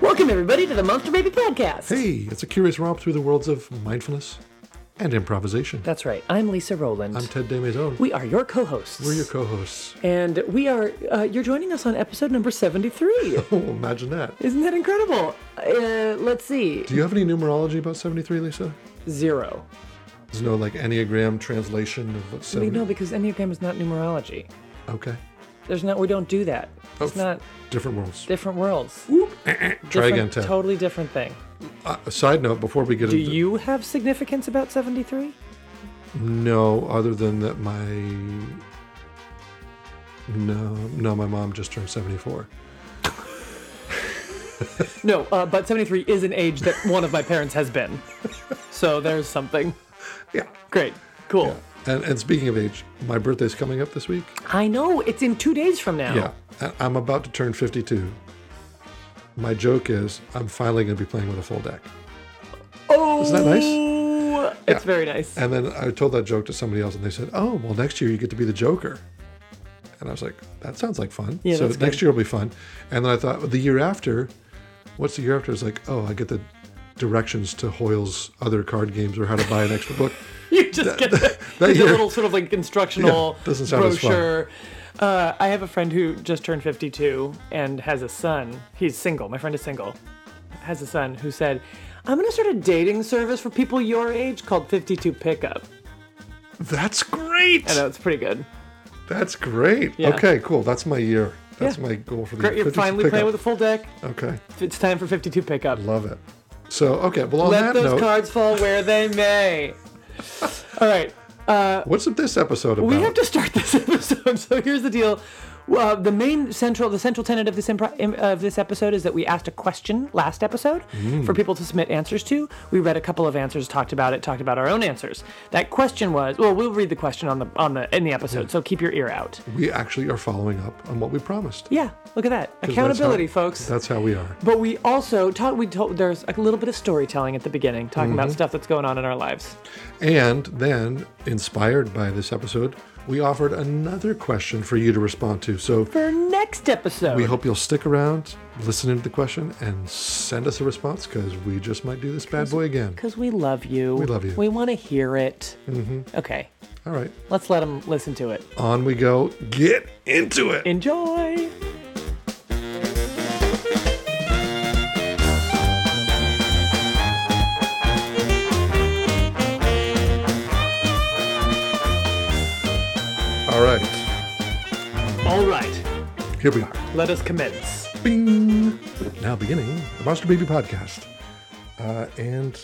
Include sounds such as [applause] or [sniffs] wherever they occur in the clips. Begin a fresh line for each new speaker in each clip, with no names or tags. Welcome, everybody, to the Monster Baby Podcast.
Hey, it's a curious romp through the worlds of mindfulness and improvisation.
That's right. I'm Lisa Rowland.
I'm Ted DeMaison.
we are your co hosts.
We're your co-hosts.
and we are, uh, you're joining us on episode number
[laughs]
73.
Oh, imagine that.
Isn't that incredible? Uh, let's see.
Do you have any numerology about 73, Lisa?
Zero.
There's no like Enneagram translation of what
I mean,
70.
no, because Enneagram is not numerology.
Okay.
There's not, we don't do that. It's
f-
not
Different worlds.
different worlds.
[clears throat] Try again,
Different-
Ted.
Totally different thing.
Uh, a side note before we get
Do
into
you have significance about 73?
No, other than that my No, no, my mom just turned 74.
No, uh, but 73 is an age that one of my parents has been. [laughs] So there's something.
Yeah.
Great. Cool.
And, and speaking of age, my birthday's coming up this week.
I know. It's in two days from now.
Yeah, I- I'm about to turn 52. My joke is I'm finally going to be playing with a full deck.
Oh.
Isn't that
nice? Oh, It's very
[laughs]
nice.
And then I told that joke to somebody else, and they said, "Oh, well, next year you get to be the Joker." And I was like, "That sounds like fun."
Yeah,
so
that's
next
good.
year will be fun. And then I thought, well, the year after, what's the year after? It's like, oh, I get the directions to Hoyle's other card games or how to buy an
[laughs]
extra book.
You just get the,
that
the
year-
little sort of like instructional
Yeah, doesn't sound as fun.
brochure. Uh, I have a friend who just turned 52 and has a son. He's single. My friend is single. Has a son who said, I'm going to start a dating service for people your age called 52 Pickup.
That's great.
I know, it's pretty good.
That's great.
uh, Yeah.
Okay, cool. That's my year. That's
Yeah.
my goal for the
Great,
year.
You're finally playing with a full deck.
a- okay.
It's time for 52 Pickup.
Love it. So okay, well on
Let
that
those
note,
cards fall where they
[laughs]
may. All right. uh,
what's this episode about?
We have to start this [laughs] episode. So here's the deal. Uh, the main central, the central tenet of this impro- im- of this episode is that we asked a question last episode
Mm.
for people to submit answers to. We read a couple of answers, talked about it, talked about our own answers. That question was, well, we'll read the question on the on the in the episode. So keep your ear out.
we actually are following up on what we promised.
Yeah, look at that
That's how-
accountability, folks.
That's how we are.
But we also taught. We told there's a little bit of storytelling at the beginning, talking
Mm-hmm.
about stuff that's going on in our lives.
And then, inspired by this episode, we offered another question for you to respond to. So
For next episode,
we hope you'll stick around, listen into the question, and send us a response because we just might do this bad boy again.
Because we love you. We
love you.
We want to hear it. Mm-hmm. Okay,
All right,
let's let them listen to it.
on we go. Get into it.
Enjoy.
All right,
All right,
here we are.
let us commence.
Bing! Now beginning the Monster Baby podcast. Uh, and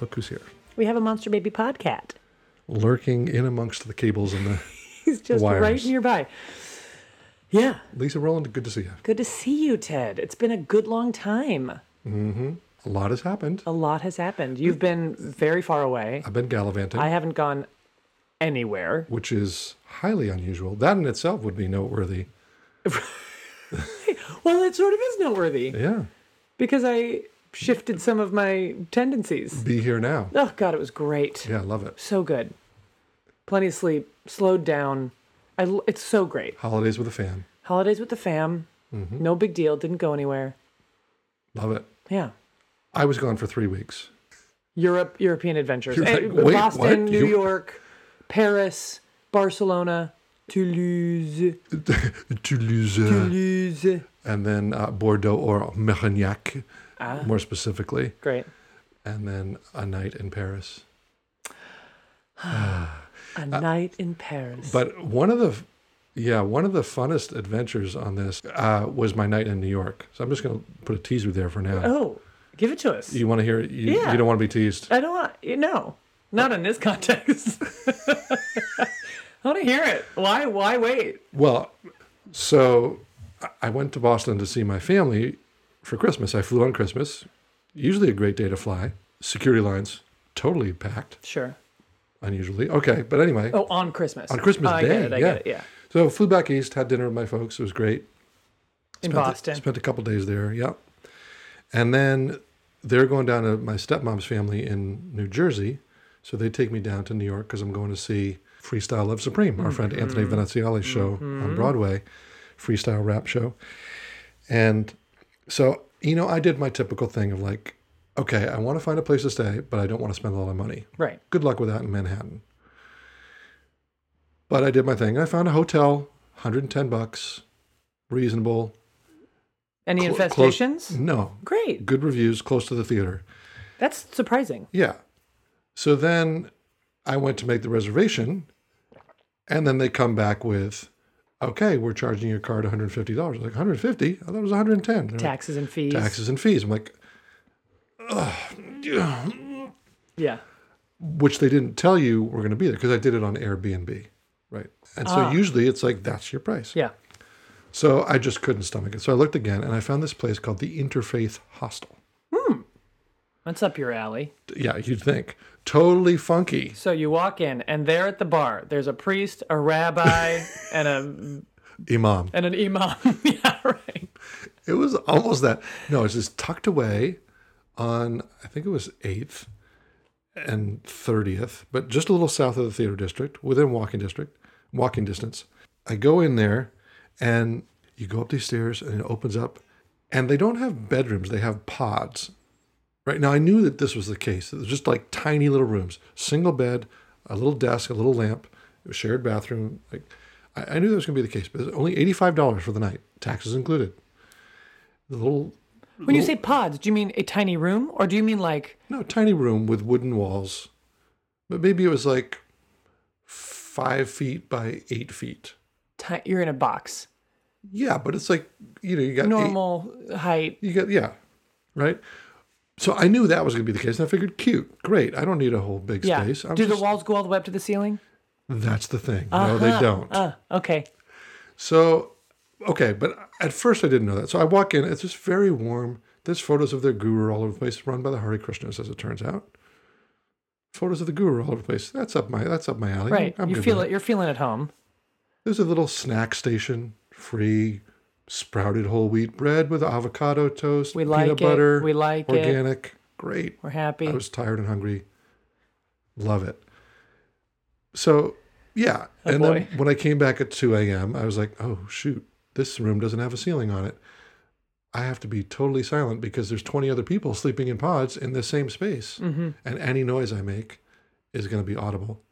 look who's here,
We have a monster baby podcat.
lurking in amongst the cables and the.
[laughs]
[laughs]
He's just right
Wires.
nearby. Yeah,
Lisa Rowland, good to see you.
good to see you, Ted. It's been a good long time.
A lot has happened.
A lot has happened. You've been very far away.
I've been gallivanting,
I haven't gone anywhere.
which is highly unusual. That in itself would be noteworthy.
Well, it sort of is noteworthy
Yeah.
because I shifted some of my tendencies.
Be here now.
Oh, God, it was great.
Yeah, I love it.
so good. Plenty of sleep, slowed down. I, l- it's so great.
Holidays with a fan.
Holidays with the fam,
Mm-hmm.
no big deal, didn't go anywhere.
Love it.
Yeah.
I was gone for three weeks. [laughs]
Europe, European adventures.
You're
Eh,
like, wait,
Boston,
what?
New
You-
York, Paris, Barcelona, Toulouse,
Uh. Toulouse.
Toulouse.
And then uh, Bordeaux or Mérignac, more specifically.
Great.
And then a night in Paris.
A night in Paris.
Uh, But one of the, yeah, one of the funnest adventures on this uh, was my night in New York. So I'm just going to put a teaser there for now.
oh, give it to us.
You want to hear it? You,
Yeah.
you don't want to be teased.
I don't want, you know, not in this context. [laughs] I want to hear it. Why, why wait?
Well, so I- I went to Boston to see my family for Christmas. I flew on Christmas. Usually a great day to fly. Security lines totally packed,
Sure.
unusually. Okay, but anyway,
Oh, on Christmas.
on Christmas
I
Day,
Get it, I
yeah.
get it. Yeah.
So flew back east, had dinner with my folks. It was great.
In
Spent the-
Boston.
spent a couple days there. Yeah, and then they're going down to my stepmom's family in New Jersey, so they take me down to New York because I'm going to see Freestyle Love Supreme, our friend Anthony
Mm-hmm.
Veneziali's show on Broadway, freestyle rap show, and so you know, I did my typical thing of like, okay, I want to find a place to stay, but I don't want to spend a lot of money.
Right.
Good luck with that in Manhattan. But I did my thing. I found a hotel, 110 bucks, reasonable.
Any
Cl- close- Mm.
infestations?
No,
Great.
good reviews, close to the theater.
That's surprising.
Yeah. So then I went to make the reservation, and then they come back with, okay, we're charging your card $150. I was like, 150 I thought it was 110 They're like,
Taxes and fees.
Mm. Taxes and fees. I'm like,
Yeah.
which they didn't tell you were going to be there because I did it on Airbnb, right? And so usually it's like, that's your price.
Ah. Yeah.
So I just couldn't stomach it. So I looked again and I found this place called the Interfaith Hostel.
That's up your alley.
Yeah, you'd think. Totally funky.
So you walk in, and there at the bar, there's a priest, a rabbi,
[laughs]
and a
Imam.
and an imam. [laughs] yeah, right.
It was almost that. No, it's just tucked away on, I think it was 8th and 30th, but just a little south of the theater district, within walking district, walking distance. I go in there and you go up these stairs and it opens up and they don't have bedrooms, they have pods. Right now I knew that this was the case. It was just like tiny little rooms, single bed, a little desk, a little lamp, a shared bathroom. Like I, I knew that was gonna be the case, but it was only $85 for the night, taxes included. The little
When you say pods, do you mean a tiny room, or do you mean like
No, tiny room with wooden walls. But maybe it was like five feet by eight feet.
ti- you're in a box,
Yeah, but it's like, you know, you got eight-
normal height?
you got, yeah, right? So I knew that was going to be the case. And I figured, cute, great. I don't need a whole big
Yeah.
space. I'm
do
just,
the walls go all the way up to the ceiling?
that's the thing. No, they don't.
Uh, okay.
So, okay, but at first I didn't know that. So I walk in, it's just very warm. There's photos of their guru all over the place, run by the Hare Krishnas, as it turns out. Photos of the guru all over the place. That's up my that's up my alley.
Right.
I'm
you
good
feel
with
it. You're feeling at home.
There's a little snack station, free sprouted whole wheat bread with avocado toast,
We
peanut
like it.
butter,
We like it.
organic. Great.
We're happy.
I was tired and hungry. Love it. So, yeah. and
Oh, boy.
then when I came back at 2 a.m., I was like, oh, shoot, this room doesn't have a ceiling on it. I have to be totally silent because there's 20 other people sleeping in pods in the same space.
Mm-hmm.
And any noise I make is going to be audible.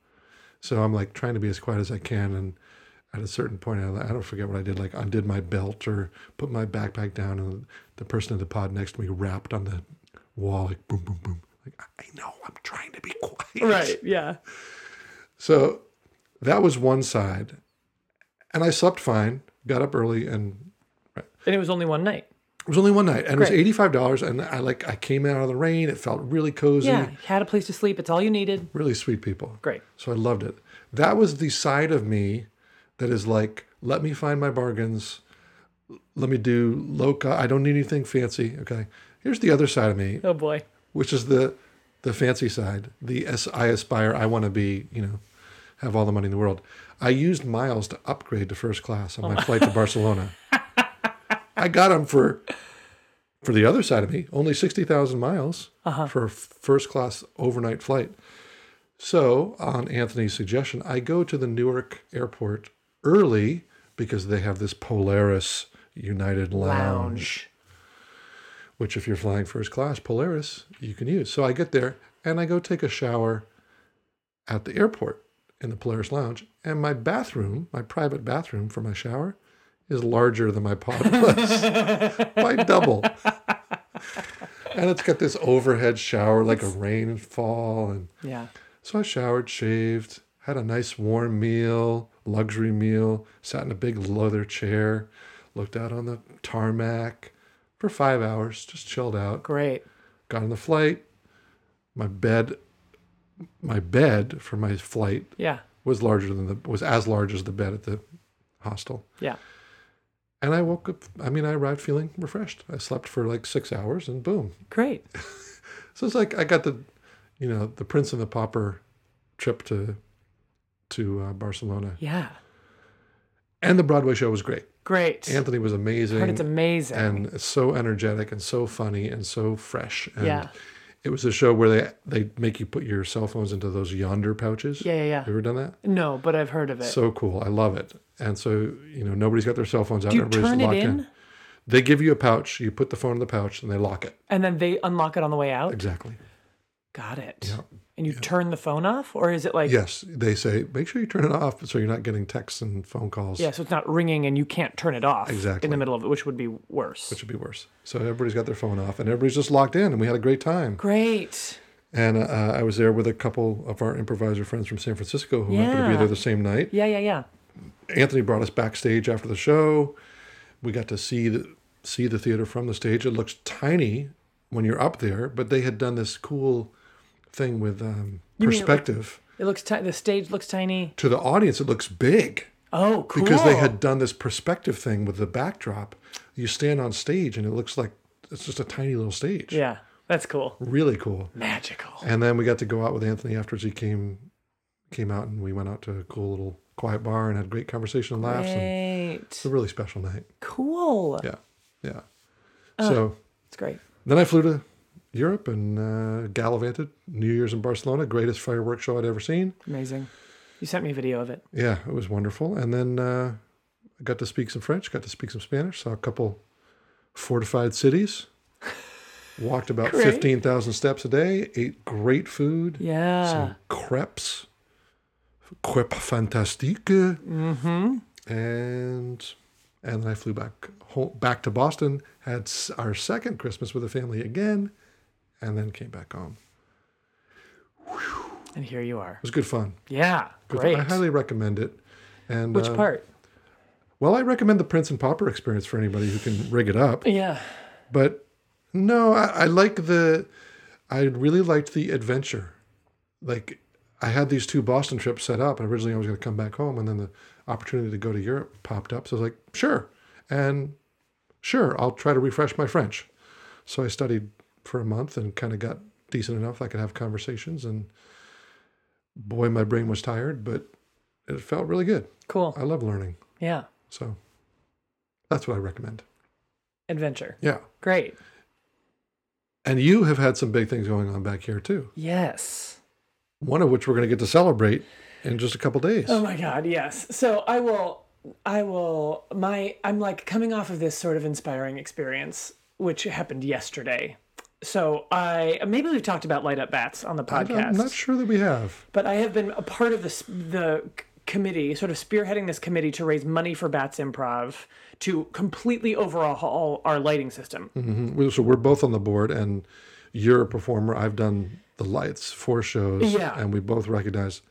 So I'm like trying to be as quiet as I can. And at a certain point, I, I don't forget what I did. Like undid my belt or put my backpack down, and the person in the pod next to me rapped on the wall like boom, boom, boom. Like I I know I'm trying to be quiet.
right. Yeah.
So that was one side, and I slept fine. Got up early, and
And it was only one night.
it was only one night, and it was
Great.
eighty five dollars. And I like I came out of the rain. It felt really cozy.
Yeah. You had a place to sleep. It's all you needed.
Really sweet people.
Great.
So I loved it. That was the side of me that is like, let me find my bargains. Let me do loca. I don't need anything fancy. Okay. Here's the other side of me,
Oh boy.
which is the the fancy side. The as I aspire, I want to be, you know, have all the money in the world. I used miles to upgrade to first class on my flight to Barcelona. I got them for for the other side of me, only 60,000 miles for a first class overnight flight. So, on Anthony's suggestion, I go to the Newark airport early because they have this Polaris United Lounge
Lounge.
which if you're flying first class Polaris, you can use. So I get there and I go take a shower at the airport in the Polaris lounge and my bathroom, my private bathroom for my shower is larger than my pod was by double. And it's got this overhead shower like a rainfall and
Yeah.
so I showered, shaved, had a nice warm meal, luxury meal, sat in a big leather chair, looked out on the tarmac for five hours, just chilled out.
Great.
Got on the flight. My bed, my bed for my flight
Yeah.
was larger than the was as large as the bed at the hostel.
Yeah.
And I woke up. I mean, I arrived feeling refreshed. I slept for like six hours, and boom.
Great.
So it's like I got the, you know, the Prince and the Pauper trip to, to uh, Barcelona.
Yeah.
And the Broadway show was great.
Great.
Anthony was
Heard it's
amazing
amazing.
and so energetic and so funny and so fresh. And
Yeah.
it was a show where they they make you put your cell phones into those yonder pouches.
yeah, yeah, yeah.
Have you ever done that?
No, but I've heard of it.
So cool. I love it. And so, you know, nobody's got their cell phones out.
Do you
Everybody's
turn it
locked
in?
They give you a pouch. You put the phone in the pouch and they lock it.
And then they unlock it on the way out.
Exactly.
Got it. And you turn the phone off, or is it like
Yes. They say make sure you turn it off so you're not getting texts and phone calls.
yeah? So it's not ringing, and you can't turn it off in
Exactly.
the middle of it, which would be worse.
Which would be worse. So everybody's got their phone off and everybody's just locked in and we had a great time.
Great.
And uh, I was there with a couple of our improviser friends from San Francisco who happened to be
Yeah.
there the same night.
Yeah, yeah, yeah.
Anthony brought us backstage after the show. We got to see the see the theater from the stage. It looks tiny when you're up there, but they had done this cool thing with um,
You mean it look-
perspective
It looks tiny. The stage looks tiny.
to the audience. It looks big
Oh, cool.
because they had done this perspective thing with the backdrop. You stand on stage and it looks like it's just a tiny little stage.
Yeah, that's cool.
Really cool.
Magical.
And then we got to go out with Anthony afterwards. He came came out and we went out to a cool little quiet bar and had great conversation and laughs. And
Great.
it's a really special night.
Cool.
Yeah, yeah. so
It's great.
then I flew to Europe and uh, gallivanted New Year's in Barcelona, greatest fireworks show I'd ever seen.
Amazing. You sent me a video of it.
Yeah, it was wonderful. And then uh, I got to speak some French, got to speak some Spanish, saw a couple fortified cities, walked about
Great.
fifteen thousand steps a day, ate great food,
Yeah.
some crepes, crepe fantastique, mm-hmm. and and then I flew back home, back to Boston, had s- our second Christmas with the family again, and then came back home.
and here you are.
It was good fun.
Yeah.
Good
Great.
fun. I highly recommend it. And
Which
uh,
part?
Well, I recommend the Prince and Pauper experience for anybody who can rig it up.
Yeah.
But no, I, I like the. I really liked the adventure. Like I had these two Boston trips set up. Originally, I was going to come back home, and then the opportunity to go to Europe popped up. So I was like, sure, and sure, I'll try to refresh my French. So I studied for a month and kind of got decent enough that I could have conversations. And boy, my brain was tired, but it felt really good.
Cool.
I love learning,
Yeah.
so that's what I recommend.
Adventure.
Yeah.
Great.
And you have had some big things going on back here too.
Yes.
One of which we're going to get to celebrate in just a couple days.
Oh my god, yes. So I will I will my I'm like coming off of this sort of inspiring experience which happened yesterday. So I maybe we've talked about light up bats on the
I'm
podcast.
I'm not sure that we have.
but I have been a part of this the c- committee, sort of spearheading this committee to raise money for Bats Improv to completely overhaul our lighting system.
Mhm. We- So we're both on the board, and you're a performer. I've done the lights for shows,
Yeah.
and we both recognize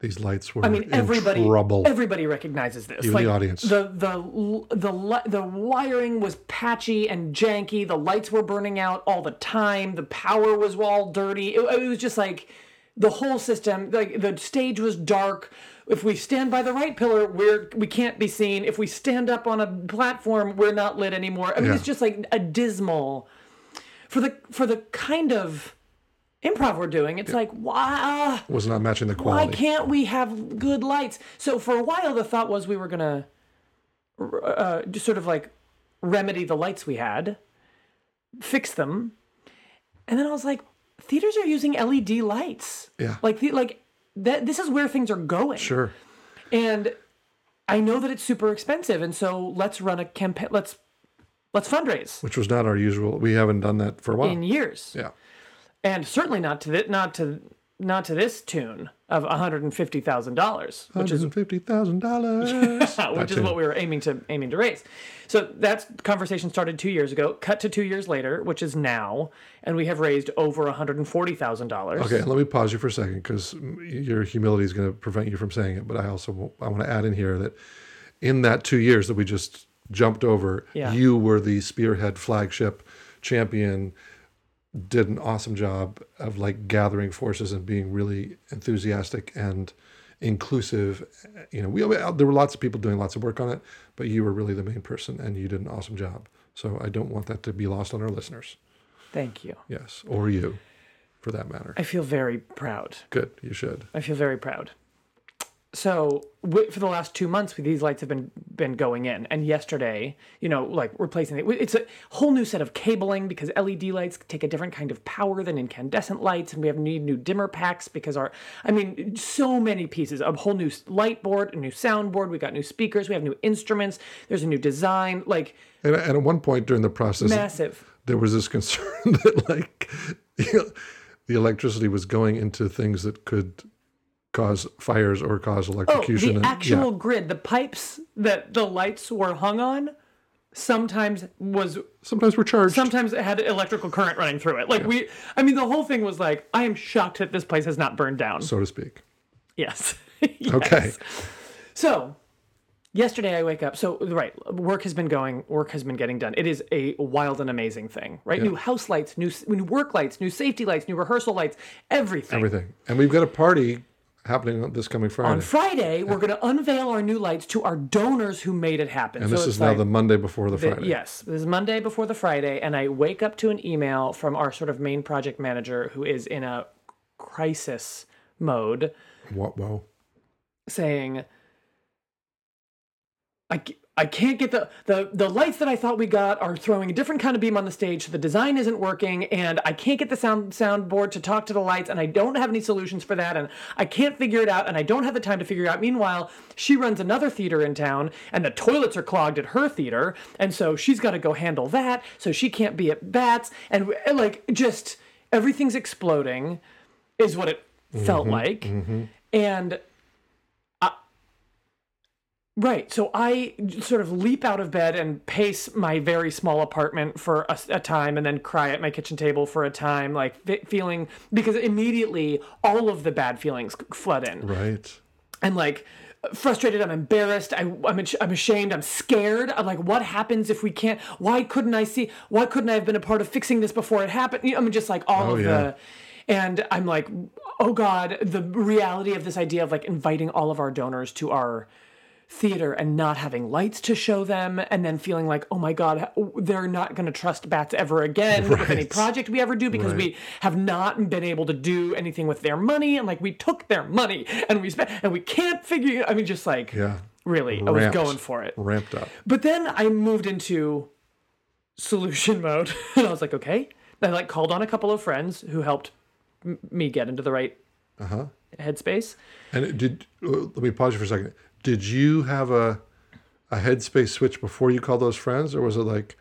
these lights were
I mean,
in
everybody
trouble.
everybody recognizes this.
Even the audience.
The the the li- the wiring was patchy and janky. The lights were burning out all the time. The power was all dirty. It, it was just like the whole system. Like the stage was dark. If we stand by the right pillar, we're we can't be seen. If we stand up on a platform, we're not lit anymore. I mean,
Yeah.
it's just like a dismal for the for the kind of improv we're doing. It's like wow.
was not matching the
Why
quality.
can't we have good lights? So for a while, the thought was we were gonna uh, just sort of like remedy the lights we had, fix them, and then I was like, theaters are using LED lights.
Yeah.
Like the like that. This is where things are going.
Sure.
And I know that it's super expensive, and so let's run a campaign. Let's let's fundraise
Which was not our usual. We haven't done that for a while.
in years.
yeah.
and certainly not to th- not to not to this tune of one hundred and fifty thousand dollars, which is [laughs]
$150,000.
which is what we were aiming to aiming to raise. So that conversation started two years ago. Cut to two years later, which is now, and we have raised over one hundred and forty thousand dollars.
Okay, let me pause you for a second because your humility is going to prevent you from saying it. But I also w- I want to add in here that in that two years that we just jumped over,
Yeah.
you were the spearhead flagship champion. Did an awesome job of like gathering forces and being really enthusiastic and inclusive. You know, we we- there were lots of people doing lots of work on it, but you were really the main person, and you did an awesome job. So I don't want that to be lost on our listeners.
Thank you.
Yes, or you, for that matter.
I feel very proud.
Good, you should.
I feel very proud. So w- for the last two months, these lights have been been going in, and yesterday, you know, like replacing it. It's a whole new set of cabling because LED lights take a different kind of power than incandescent lights, and we have need new dimmer packs because our, I mean, so many pieces. A whole new s- light board, a new sound board. We got new speakers. We have new instruments. There's a new design. Like
And, and at one point during the process,
massive.
there was this concern [laughs] that like you know, the electricity was going into things that could cause fires or cause
Oh,
electrocution.
the
and- uh, yeah.
actual grid, the pipes that the lights were hung on, sometimes was
sometimes we're charged.
sometimes it had electrical current running through it. Like we, I mean, the whole thing was like, I am shocked that this place has not burned down.
so to speak.
Yes. [laughs]
Okay.
Yes. So, yesterday I wake up. So, right, work has been going, work has been getting done. It is a wild and amazing thing, right? New house lights, new s- new work lights, new safety lights, new rehearsal lights, everything.
Everything. And we've got a party happening on this coming Friday.
On Friday, we're going to unveil our new lights to our donors who made it happen.
and this is now the Monday before the, Friday.
Yes, this is Monday before the Friday, and I wake up to an email from our sort of main project manager who is in a crisis mode
Wow. wow.
saying, I, c- I can't get the, the the lights that I thought we got are throwing a different kind of beam on the stage, so the design isn't working, and I can't get the sound soundboard to talk to the lights, and I don't have any solutions for that, and I can't figure it out, and I don't have the time to figure it out. Meanwhile, she runs another theater in town, and the toilets are clogged at her theater, and so she's got to go handle that, so she can't be at bats, and, w- and, like just everything's exploding, is what it felt like, and uh, Right. So I sort of leap out of bed and pace my very small apartment for a, a time and then cry at my kitchen table for a time, like fe- feeling because immediately all of the bad feelings flood in.
Right.
I'm like frustrated. I'm embarrassed. I, I'm, ash- I'm ashamed. I'm scared. I'm like, what happens if we can't? Why couldn't I see? Why couldn't I have been a part of fixing this before it happened? You know, I'm just like all
Oh,
of
yeah.
the, and I'm like, oh god, the reality of this idea of like inviting all of our donors to our theater and not having lights to show them and then feeling like oh my god they're not going to trust bats ever again with any
[laughs] Right.
project we ever do because we have not been able to do anything with their money and like we took their money and we spent and we can't figure i mean just like
Yeah.
really i was
Ramped.
going for it
Ramped up.
but then I moved into solution [laughs] mode, and I was like, okay. I like called on a couple of friends who helped m- me get into the right headspace.
And it did uh, let me pause you for a second. Did you have a a headspace switch before you called those friends, or was it like,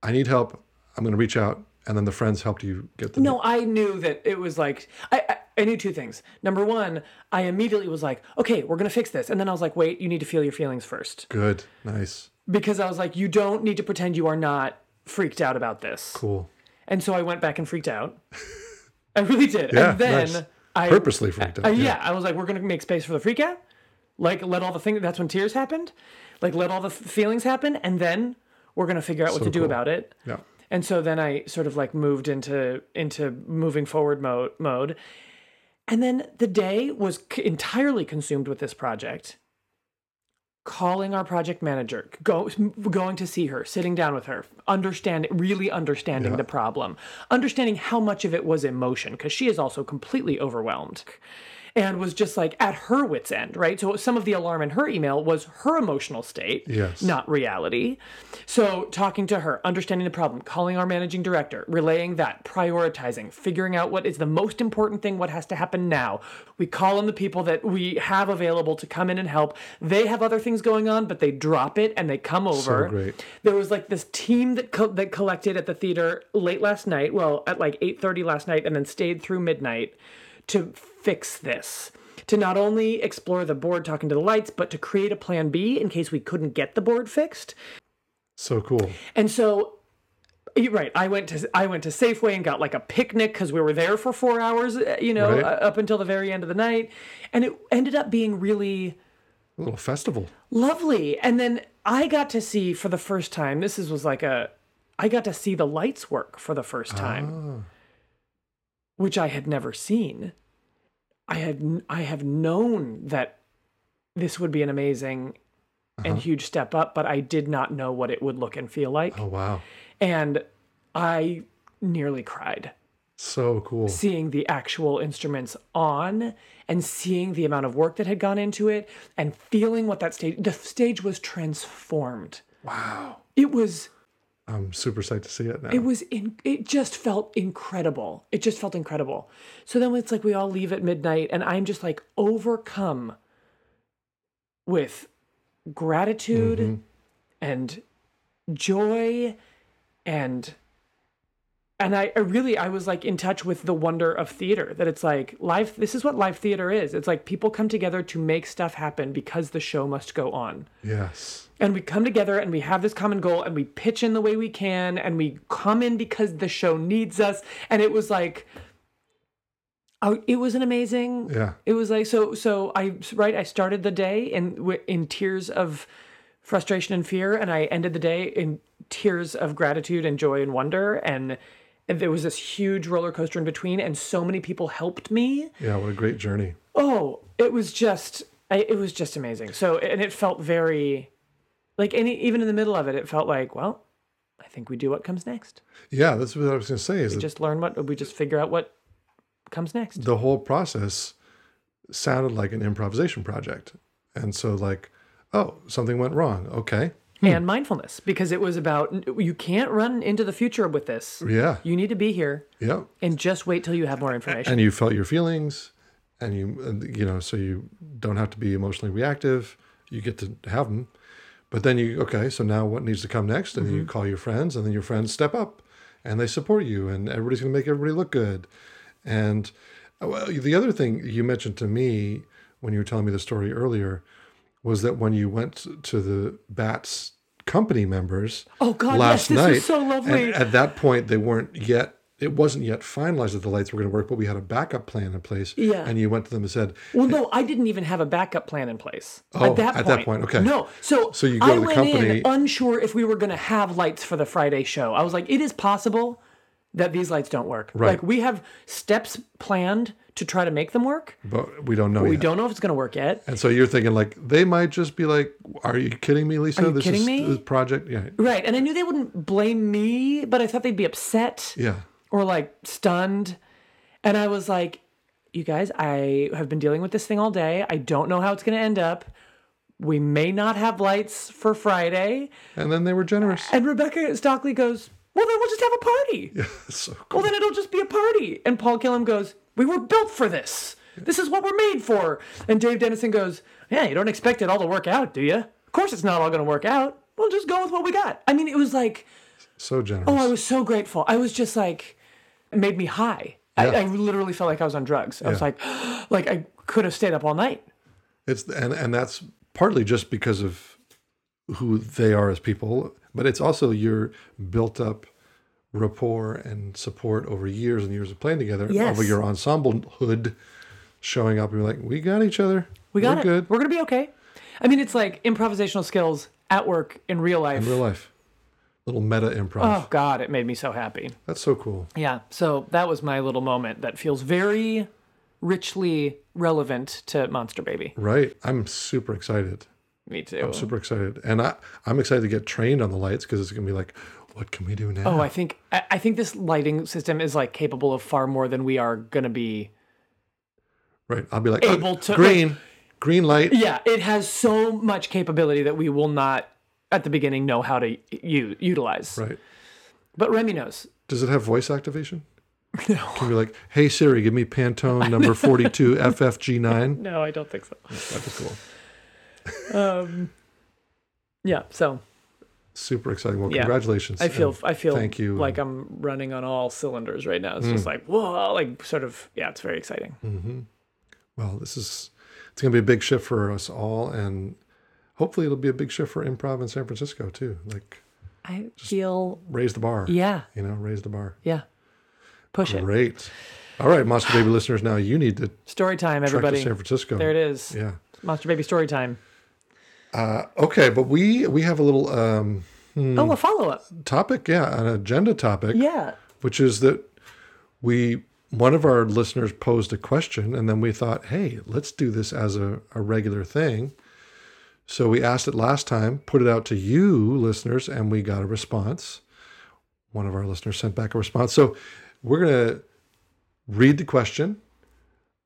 I need help, I'm going to reach out, and then the friends helped you get the
No, I knew that it was like I, I I knew two things. Number one, I immediately was like, okay, we're gonna fix this, and then I was like, wait, you need to feel your feelings first
good, nice,
because I was like, you don't need to pretend you are not freaked out about this.
cool,
And so I went back and freaked
[laughs]
out. I really did.
Yeah,
and then
nice.
I
purposely freaked out.
Uh, yeah. I was like, we're gonna make space for the freak out. Like, let all the things. That's when tears happened. Like, let all the f- feelings happen, and then we're gonna figure out what to do
cool.
about it.
yeah,
And so then I sort of like moved into into moving forward mode mode. And then the day was c- entirely consumed with this project. Calling our project manager, go, going to see her, sitting down with her, understand, really understanding the problem, understanding how much of it was emotion, because she is also completely overwhelmed and was just like at her wits' end, right? So some of the alarm in her email was her emotional state,
Yes.
not reality. So talking to her, understanding the problem, calling our managing director, relaying that, prioritizing, figuring out what is the most important thing, what has to happen now. We call on the people that we have available to come in and help. They have other things going on, but they drop it and they come over.
great.
There was like this team that co- that collected at the theater late last night, well, at like 8:30 last night and then stayed through midnight to fix this. To not only explore the board talking to the lights, but to create a plan B in case we couldn't get the board fixed.
so cool,
And so, you're right, I went to I went to Safeway and got like a picnic because we were there for four hours, uh, you know,
Right.
uh, up until the very end of the night, and it ended up being really
a little festival.
lovely. And then I got to see for the first time. This is, was like a I got to see the lights work for the first time, which I had never seen. I had n- I have known that this would be an amazing and huge step up, but I did not know what it would look and feel like
Oh wow,
and I nearly cried.
So cool.
seeing the actual instruments on and seeing the amount of work that had gone into it and feeling what that stage the stage was transformed
Wow.
it was
I'm super psyched to see it now.
it was in it just felt incredible it just felt incredible so then it's like we all leave at midnight and i'm just like overcome with gratitude and joy and and I, I really i was like in touch with the wonder of theater that it's like live this is what live theater is it's like people come together to make stuff happen because the show must go on
yes.
and we come together and we have this common goal and we pitch in the way we can and we come in because the show needs us and it was like oh, it was an amazing
Yeah.
it was like so so i right i started the day in wi- in tears of frustration and fear and i ended the day in tears of gratitude and joy and wonder and there was this huge roller coaster in between and so many people helped me
Yeah. What a great journey.
Oh, it was just I, it was just amazing. So and it felt very like any even in the middle of it, it felt like, well, I think we do what comes next.
Yeah. That's what I was going to say is that
Just learn what we just figure out what comes next.
the whole process sounded like an improvisation project. And so, like, oh, something went wrong. Okay.
And mindfulness because it was about you can't run into the future with this.
Yeah.
You need to be here
Yeah.
and just wait till you have more information.
And you felt your feelings and you, and, you know, so you don't have to be emotionally reactive. You get to have them. But then you, okay, so now what needs to come next? And then
Mm-hmm.
you call your friends and then your friends step up and they support you and everybody's going to make everybody look good. And uh, well, the other thing you mentioned to me when you were telling me the story earlier was that when you went to the Bats company members
Oh, God, yes,
last
this was
night
so lovely.
and at that point they weren't yet it wasn't yet finalized that the lights were going to work but we had a backup plan in place
Yeah.
and you went to them and said
well, no, I didn't even have a backup plan in place
Oh,
at that
at
point.
that point, okay.
No, so
So you go
I
to the
went
company-
in unsure if we were going to have lights for the Friday show. I was like, it is possible that these lights don't work.
Right.
Like we have steps planned to try to make them work.
but we don't know
We
yet
don't know if it's going to work yet.
and so you're thinking like they might just be like are you kidding me lisa
you
this
kidding
is
me?"
this project yeah
Right, and I knew they wouldn't blame me, but I thought they'd be upset.
yeah
or like stunned. And I was like, you guys, I have been dealing with this thing all day. I don't know how it's going to end up. We may not have lights for Friday.
and then they were generous [laughs]
[laughs] And Rebecca Stockley goes, well, then we'll just have a party.
so
Well, then it'll just be a party. And Paul Killam goes, we were built for this. This is what we're made for. And Dave Dennison goes, yeah, you don't expect it all to work out, do you? Of course it's not all going to work out. We'll just go with what we got. I mean, it was like,
so generous
Oh, I was so grateful. I was just like, it made me high.
Yeah.
I, I literally felt like I was on drugs. I was
Yeah.
like, like [gasps] I could have stayed up all night.
It's and and that's partly just because of who they are as people, but it's also your built up rapport and support over years and years of playing together
Yes.
over your ensemble hood showing up and be like, We got each other.
We got
We're
it.
good.
We're gonna be okay. I mean, it's like improvisational skills at work in real life.
Real life. Little meta improv.
oh God, it made me so happy.
That's so cool.
Yeah. So that was my little moment that feels very richly relevant to Monster Baby.
Right. I'm super excited.
Me too.
Super excited. And I, I'm excited to get trained on the lights because it's gonna be like, what can we do now?
Oh, I think I, I think this lighting system is like capable of far more than we are gonna be
right. I'll be like "Oh,
Able to-
green.
[laughs]
Green light.
Yeah, it has so much capability that we will not at the beginning know how to u- utilize.
Right.
But Remy knows.
Does it have voice activation? No. Can you be like, hey Siri, give
[laughs]
me Pantone number 42 FFG9?
No, I don't think so.
That'd be cool.
Um, yeah, so
Super exciting. Well,
Yeah.
congratulations.
I feel
And
I feel
Thank you. Mm.
like I'm running on all cylinders right now. It's just like whoa, like sort of yeah, it's very exciting.
well, this is, it's going to be a big shift for us all. And hopefully it'll be a big shift for improv in San Francisco too. Like,
I feel
raise the bar.
yeah,
You know, raise the bar.
yeah. Push it.
Great. All right, Monster Baby listeners, now you need to
Story time,
track to
everybody.
San Francisco.
There it is.
Yeah. Uh,
Monster Baby story time.
Okay, but we we have a little um,
Oh, a follow up.
topic, yeah, an agenda topic.
Yeah.
which is that we one of our listeners posed a question and then we thought hey let's do this as a, a regular thing so we asked it last time put it out to you listeners and we got a response one of our listeners sent back a response so we're going to read the question,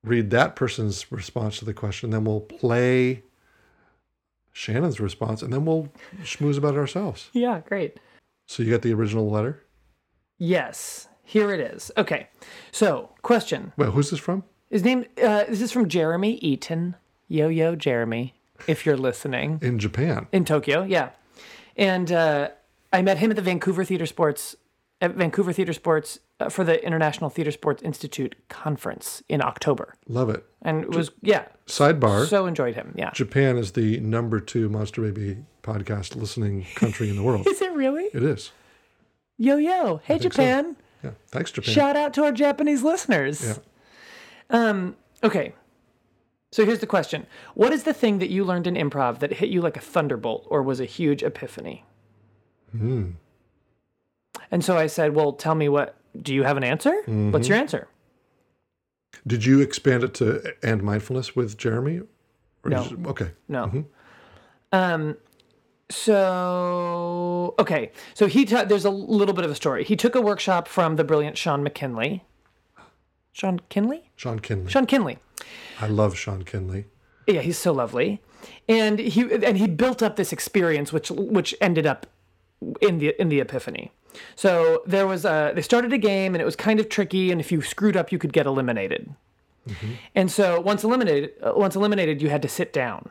read that person's response to the question, then we'll play Shannon's response, and then we'll schmooze about it ourselves.
Yeah, great.
So you got the original letter.
Yes, here it is. Okay, so question.
Wait, who's this from?
His name. Uh, this is from Jeremy Eaton. Yo yo, Jeremy, if you're listening
In Japan.
in Tokyo, yeah. And uh, I met him at the Vancouver Theater Sports at Vancouver Theater Sports uh, for the International Theater Sports Institute conference in October,
Love it.
and it was yeah,
Sidebar.
so enjoyed him. Yeah,
Japan is the number two Monster Baby podcast listening country in
[laughs]
the world.
is it really?
It is.
Yo yo, hey Japan.
Yeah. Thanks, Japan.
Shout out to our Japanese listeners.
Yeah.
Um, okay. So here's the question. What is the thing that you learned in improv that hit you like a thunderbolt or was a huge epiphany? And so I said, Well, tell me what do you have an answer? What's your answer?
Did you expand it to and mindfulness with Jeremy? Or
No.
you just- okay.
No. Um, so okay, so he ta- there's a little bit of a story. He took a workshop from the brilliant Sean McKinley. Sean Kinley?
Sean Kinley.
Sean Kinley.
I love Sean Kinley.
Yeah, he's so lovely, and he and he built up this experience, which which ended up in the in the epiphany. So there was a they started a game, and it was kind of tricky, and if you screwed up, you could get eliminated. And so once eliminated, uh, once eliminated, you had to sit down.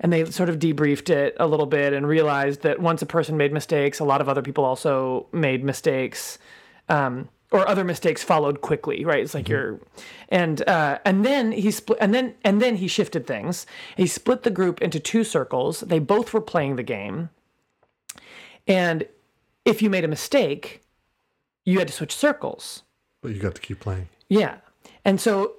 And they sort of debriefed it a little bit and realized that once a person made mistakes, a lot of other people also made mistakes, um, or other mistakes followed quickly. Right? It's like you're, and uh, and then he split, and then and then he shifted things. He split the group into two circles. They both were playing the game, and if you made a mistake, you had to switch circles.
But you got to keep playing.
Yeah. And so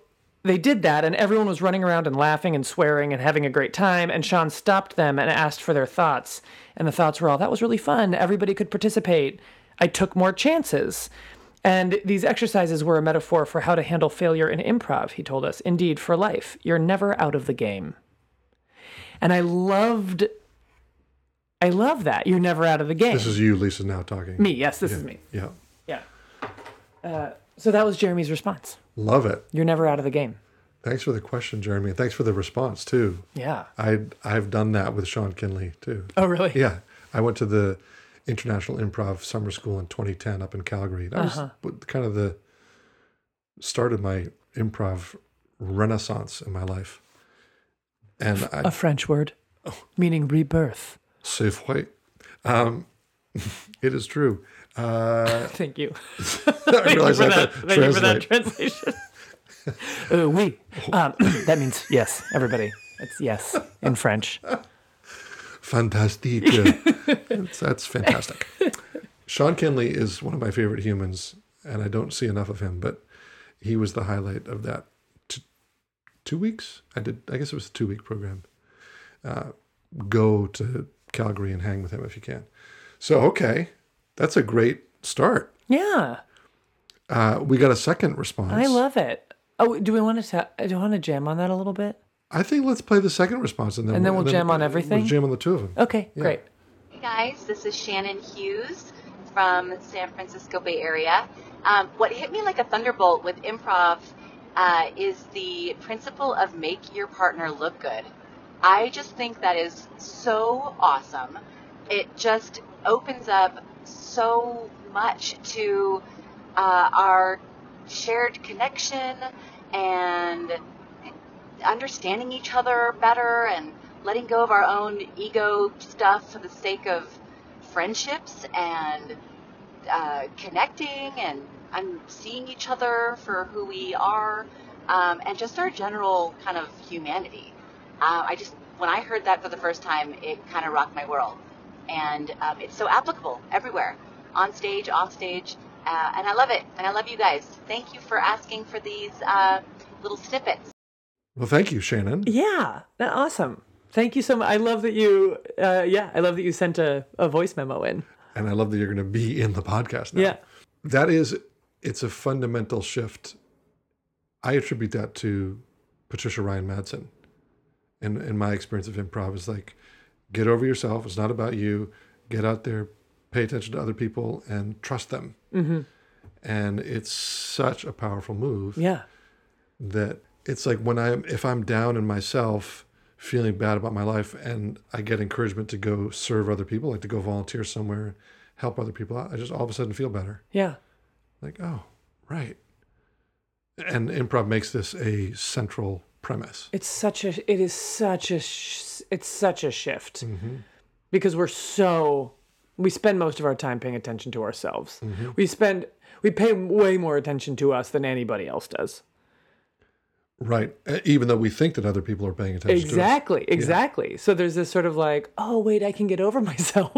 they did that, and everyone was running around and laughing and swearing and having a great time. And Sean stopped them and asked for their thoughts. And the thoughts were all that was really fun. Everybody could participate. I took more chances. And these exercises were a metaphor for how to handle failure in improv, he told us. Indeed, for life, you're never out of the game. And I loved, I love that. You're never out of the game.
This is you, Lisa, now talking.
me. Yes, this is me.
Yeah.
Yeah. Uh, so that was Jeremy's response.
Love it.
You're never out of the game.
Thanks for the question, Jeremy. and Thanks for the response too.
Yeah.
I I've done that with Sean Kinley too.
Oh, really?
Yeah, I went to the International Improv Summer School in 2010 up in Calgary. That was kind of the start of my improv renaissance in my life. And I
A French word meaning rebirth.
say vrai. Um, [laughs] it is true. Uh,
Thank you.
[laughs] I
Thank you
realize
for
I
that,
have to
thank you for that
translate.
translation.
[laughs]
uh, oui. Um, [coughs] that means yes, everybody. It's yes in French.
Fantastique.
[laughs]
That's- that's fantastic. Sean Kinley is one of my favorite humans, and I don't see enough of him, but he was the highlight of that t- two weeks. I did. I guess it was a two week program. Uh, go to Calgary and hang with him if you can. So okay, that's a great start.
Yeah,
Uh, we got a second response.
I love it. Oh, do we want to ta- do we want to jam on that a little bit?
I think let's play the second response and then
And then we'll jam on everything? Oh.
We'll jam on the two of them.
Okay,
Yeah.
great.
Hey guys, this is Shannon Hughes from San Francisco Bay Area. Um, what hit me like a thunderbolt with improv uh, is the principle of make your partner look good. I just think that is so awesome. It just opens up so much to uh, our shared connection and understanding each other better and letting go of our own ego stuff for the sake of friendships and uh, connecting and um, seeing each other for who we are um, and just our general kind of humanity. Uh, I just, when I heard that for the first time, it kind of rocked my world. And um, it's so applicable everywhere on stage, off stage. Uh, and I love it. And I love you guys. Thank you for asking for these uh, little snippets.
Well, thank you, Shannon.
Yeah, that- awesome. Thank you so much. I love that you. Uh, yeah, I love that you sent a, a voice memo in.
And I love that you're going to be in the podcast now.
Yeah,
that is it's a fundamental shift i attribute that to patricia ryan madsen and in my experience of improv is like get over yourself it's not about you get out there pay attention to other people and trust them And it's such a powerful move
Yeah.
that it's like when I if I'm down in myself, feeling bad about my life, and I get encouragement to go serve other people, like to go volunteer somewhere, help other people out, I just all of a sudden feel better.
Yeah.
Like, oh, right. And improv makes this a central premise.
It's such a it is such a sh- it's such a shift because we're so we spend most of our time paying attention to ourselves. We spend we pay way more attention to us than anybody else does.
Right. E- Even though we think that other people are paying attention
Exactly, exactly. So there's this sort of like, oh wait, I can get over [laughs] myself.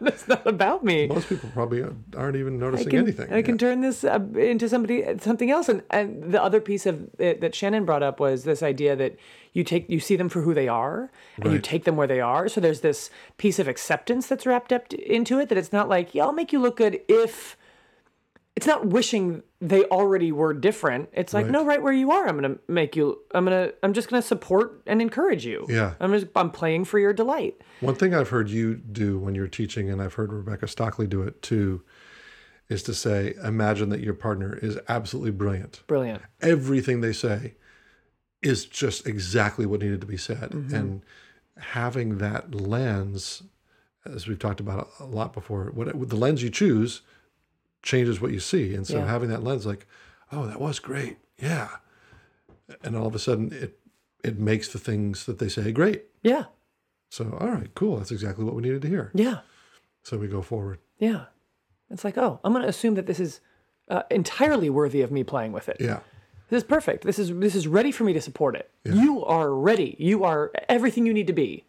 That's not about me.
to us. Most people probably aren't even noticing
I can,
anything.
I can turn this uh, into somebody something else. And and the other piece of it that Shannon brought up was this idea that you take you see them for who they are and you
Right.
take them where they are. So there's this piece of acceptance that's wrapped up into it that it's not like yeah I'll make you look good if it's not wishing they already were different. It's like
Right.
no, right where you are, I'm gonna make you. I'm gonna I'm just gonna support and encourage you.
Yeah.
I'm just I'm playing for your delight.
One thing I've heard you do when you're teaching, and I've heard Rebecca Stockley do it too, is to say, imagine that your partner is absolutely brilliant.
Brilliant.
Everything they say is just exactly what needed to be said. And having that lens, as we've talked about a lot before, what the lens you choose changes what you see. And so
Yeah.
having that lens, like, oh, that was great. Yeah. And all of a sudden it it makes the things that they say great.
Yeah.
So, all right, cool. That's exactly what we needed to hear.
Yeah.
So we go forward.
Yeah. It's like, oh, I'm going to assume that this is uh, entirely worthy of me playing with it.
Yeah.
This is perfect. This is this is ready for me to support it. You are ready. You are everything you need to be.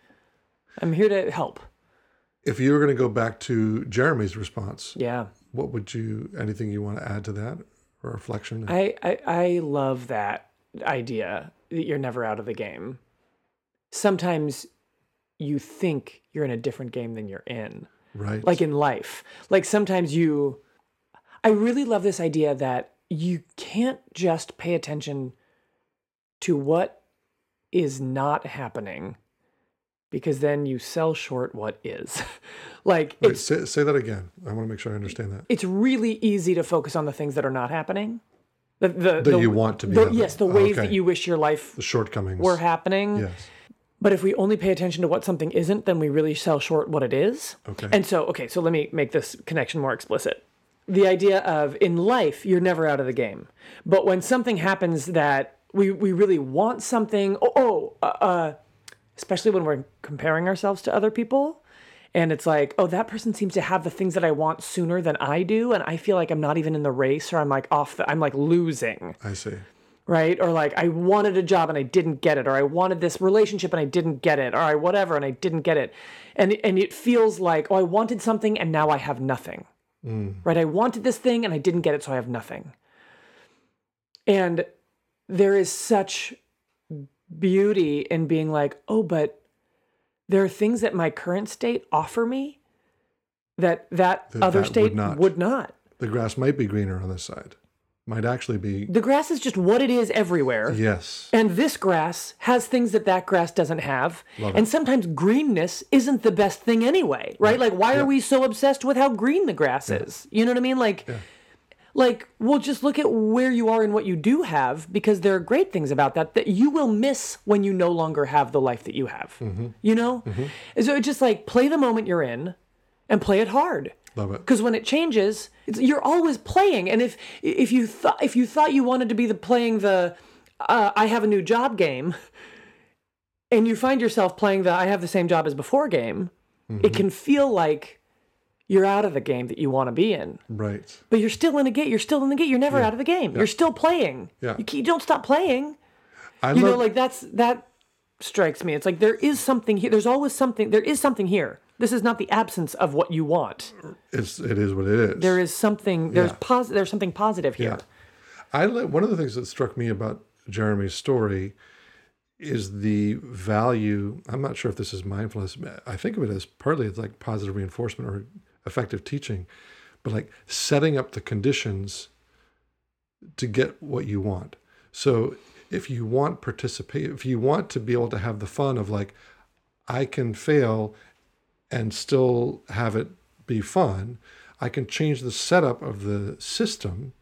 I'm here to help.
If you were going to go back to Jeremy's response,
Yeah.
what would you, anything you want to add to that or reflection?
I, I I love that idea that you're never out of the game. Sometimes you think you're in a different game than you're in.
right.
like in life. Like sometimes you I really love this idea that you can't just pay attention to what is not happening because then you sell short what is. [laughs] like
Wait,
it's
say, say that again. I want to make sure I understand that.
it's really easy to focus on the things that are not happening. The the,
That you want to be
the,
happening.
yes, the
Oh,
ways
okay.
that you wish your life
The shortcomings.
were happening.
yes.
But if we only pay attention to what something isn't, then we really sell short what it is.
Okay.
And so, okay, so let me make this connection more explicit. The idea of in life, you're never out of the game. But when something happens that we, we really want something, oh, oh uh, uh, especially when we're comparing ourselves to other people, and it's like, oh, that person seems to have the things that I want sooner than I do. And I feel like I'm not even in the race or I'm like off the, I'm like losing
I see.
right? Or like I wanted a job and I didn't get it, or I wanted this relationship and I didn't get it, or I whatever and I didn't get it, and and it feels like oh I wanted something and now I have nothing,
Mm.
right? I wanted this thing and I didn't get it, so I have nothing. And there is such beauty in being like oh but there are things that my current state offer me that that,
That-
other
that would
state
not.
would not
The grass might be greener on this side. Might actually be.
the grass is just what it is everywhere
Yes.
And this grass has things that that grass doesn't have.
Love
and
it.
sometimes greenness isn't the best thing anyway, right? Like why are we so obsessed with how green the grass is? You know what I mean? Like like well just look at where you are and what you do have because there are great things about that that you will miss when you no longer have the life that you have.
Mm-hmm.
You know? And So it's just like play the moment you're in and play it hard
Love it.
because when it changes it's, you're always playing and if if you thought if you thought you wanted to be the playing the uh, i have a new job game and you find yourself playing the i have the same job as before game it can feel like you're out of the game that you want to be in
Right.
but you're still in a game you're still in the game you're never out of the game you're still playing
Yeah.
you, ke- you don't stop playing
I
you
love.
know like that's that strikes me it's like there is something here there's always something there is something here this is not the absence of what you want
it's, it is what it is.
there is something there's
Yeah.
posi- there's something positive here.
Yeah. I li- one of the things that struck me about Jeremy's story is the value. I'm not sure if this is mindfulness. I think of it as partly it's like positive reinforcement or effective teaching, but like setting up the conditions to get what you want. So if you want participate, if you want to be able to have the fun of like, I can fail and still have it be fun. I can change the setup of the system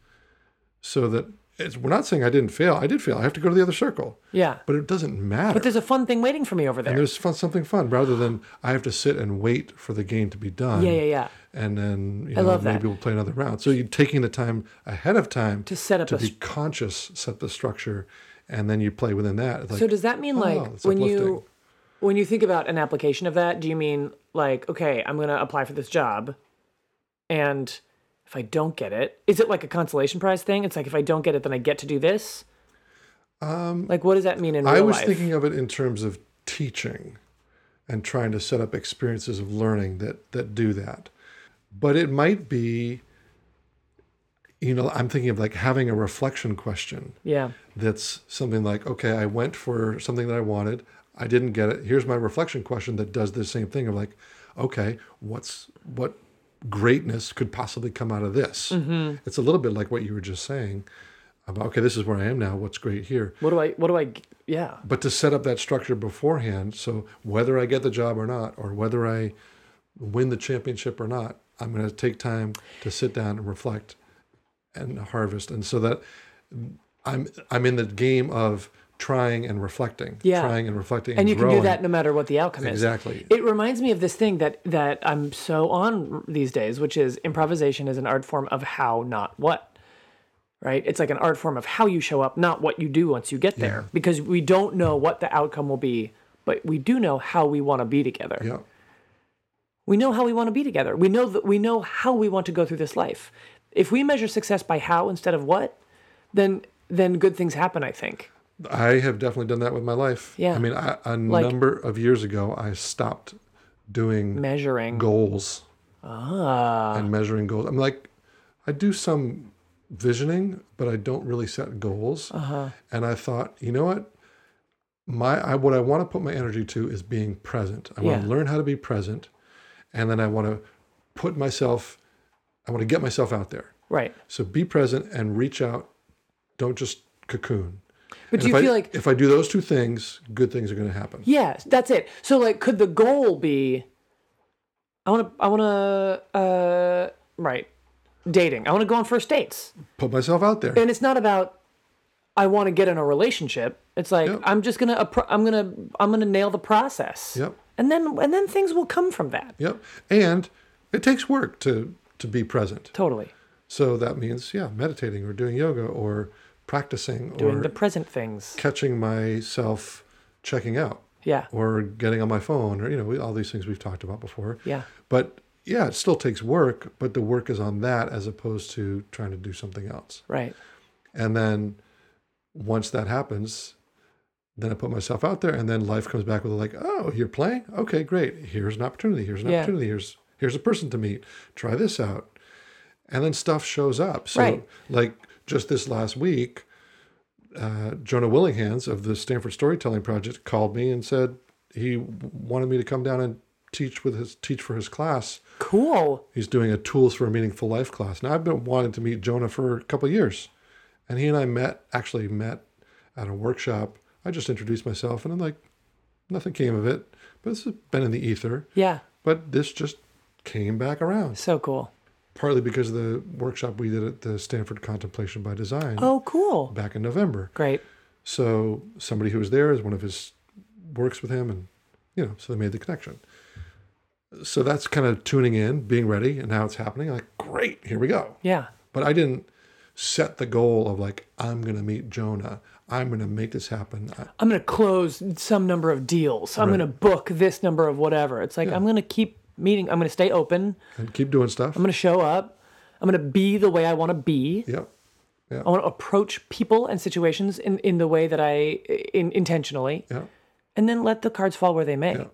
so that it's, we're not saying I didn't fail. I did fail. I have to go to the other circle,
Yeah.
but it doesn't matter.
But there's a fun thing waiting for me over there.
and there's fun, something fun rather than I have to sit and wait for the game to be done.
yeah, yeah, yeah.
And then you
I
know,
love that.
maybe we'll play another round. So you're taking the time ahead of time
To set up
to
a
be
str-
conscious, set the structure, and then you play within that. It's
So
like,
does that mean
oh,
like
that's
when
uplifting.
you when you think about an application of that, do you mean like okay, I'm going to apply for this job and if I don't get it, is it like a consolation prize thing? It's like if I don't get it then I get to do this? Um like what does that mean in real
I was
life?
thinking of it in terms of teaching and trying to set up experiences of learning that that do that. But it might be you know, I'm thinking of like having a reflection question
yeah.
that's something like, okay, I went for something that I wanted, I didn't get it. Here's my reflection question that does the same thing of like, okay, what's what greatness could possibly come out of this?
Mm-hmm.
It's a little bit like what you were just saying about okay, this is where I am now, what's great here
What do I what do I g- yeah.
but to set up that structure beforehand so whether i get the job or not or whether i win the championship or not i'm going to take time to sit down and reflect and harvest and so that i'm i'm in the game of trying and reflecting
Yeah.
trying and reflecting and,
And you can do
growing.
that no matter what the outcome is.
exactly
It reminds me of this thing that that I'm so on these days, which is improvisation is an art form of how, not what. Right? It's like an art form of how you show up, not what you do once you get there, because we don't know what the outcome will be, but we do know how we want to be together.
yeah
We know how we want to be together. We know that we know how we want to go through this life. If we measure success by how instead of what, then then good things happen, I think.
i have definitely done that with my life
Yeah.
i mean I, a number of years ago i stopped doing
Measuring.
goals
Ah.
and measuring goals. I'm like, I do some visioning, but I don't really set goals.
Uh-huh.
And I thought, you know what? My I, what I want to put my energy to is being present. I want
Yeah.
to learn how to be present, and then I want to put myself. I want to get myself out there.
Right.
So be present and reach out. Don't just cocoon.
But
And
do
if
you
I-
feel like
if I do those two things, good things are going to happen?
Yes, that's it. So like could the goal be I want to I want to uh right, dating. I want to go on first dates.
Put myself out there.
And it's not about I want to get in a relationship. It's like
Yep.
I'm just going to I'm going to I'm going to nail the process.
Yep.
And then and then things will come from that.
Yep. And it takes work to to be present.
Totally.
So that means, yeah, meditating or doing yoga or practicing
Doing
or
the present things.
catching myself checking out
Yeah.
or getting on my phone or, you know, we, all these things we've talked about before.
Yeah.
But yeah, it still takes work, but the work is on that as opposed to trying to do something else.
Right.
And then once that happens, then I put myself out there and then life comes back with like, oh, you're playing? Okay, great. Here's an opportunity. Here's an
Yeah.
opportunity. Here's here's a person to meet. Try this out. And then stuff shows up. So
Right.
like just this last week, uh, Jonah Willinghans of the Stanford Storytelling Project called me and said he wanted me to come down and teach with his teach for his class.
Cool.
He's doing a Tools for a Meaningful Life class. Now I've been wanting to meet Jonah for a couple of years, and he and I met actually met at a workshop. I just introduced myself, and I'm like, nothing came of it. But this has been in the ether.
Yeah.
But this just came back around,
So cool.
partly because of the workshop we did at the Stanford Contemplation by Design
Oh, cool.
back in November.
Great.
So somebody who was there is one of his works with him, and you know, so they made the connection. So that's kind of tuning in, being ready, and now it's happening. Like, great, here we go.
Yeah.
But I didn't set the goal of like, I'm gonna meet Jonah. I'm gonna make this happen. I,
I'm going to close some number of deals. I'm going to book this number of whatever. It's like I'm going to keep meeting. I'm going to stay open.
and keep doing stuff.
I'm going to show up. I'm going to be the way I want to be.
yep.
I want to approach people and situations in, in the way that I in, intentionally,
Yep.
and then let the cards fall where they may.
Yeah.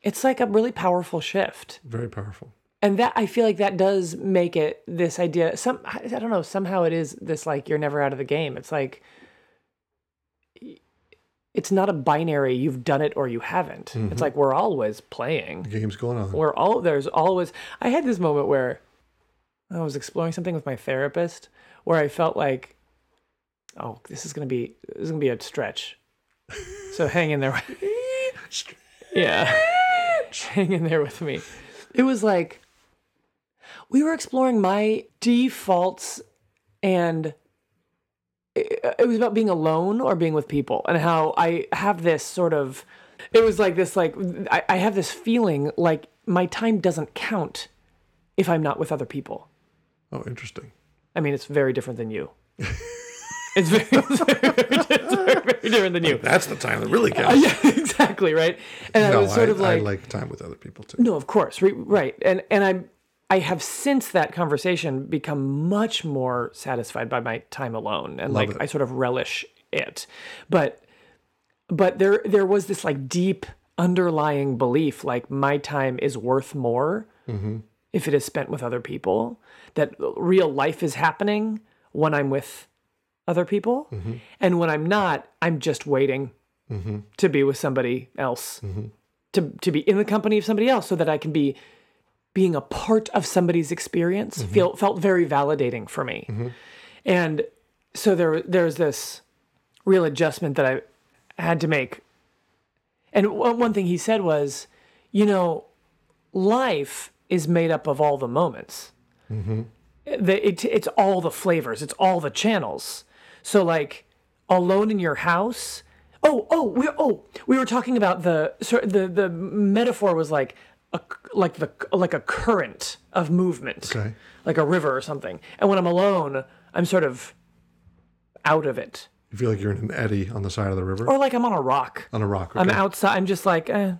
It's like a really powerful shift,
Very powerful.
and that I feel like that does make it this idea. Some I I don't know. Somehow it is this like you're never out of the game. It's like it's not a binary. You've done it or you haven't. It's like we're always playing
Game's going on.
where all there's always I had this moment where I was exploring something with my therapist where I felt like oh this is going to be this is going to be a stretch. So hang in there. [laughs] with- yeah. hang in there with me. It was like we were exploring my defaults and it, it was about being alone or being with people and how i have this sort of it was like this like i, I have this feeling like my time doesn't count if i'm not with other people
Oh, interesting.
i mean it's very different than
[laughs]
you it's very, [laughs] it's very, it's very, very different than you
That's the time that really counts.
[laughs] yeah exactly right and i
no,
was sort
I,
of
I
like
like time with other people too.
No, of course, re- right, and and I I have since that conversation become much more satisfied by my time alone, and like
it.
I sort of relish it, but but there there was this like deep underlying belief like my time is worth more if it is spent with other people that real life is happening when i'm with other people and when i'm not i'm just waiting to be with somebody else to to be in the company of somebody else so that I can be being a part of somebody's experience feel felt very validating for me. And so there there's this real adjustment that I had to make. And one one thing he said was, you know, life is made up of all the moments. The- it- it's all the flavors, it's all the channels. So like alone in your house. Oh, oh, we oh we were talking about the so the the metaphor was like a c- like the like a current of movement,
Okay.
like a river or something. And when I'm alone, I'm sort of out of it,
You feel like you're in an eddy on the side of the river
or like I'm on a rock.
on a rock.
Oh, I'm
okay?
outside. I'm just like, eh.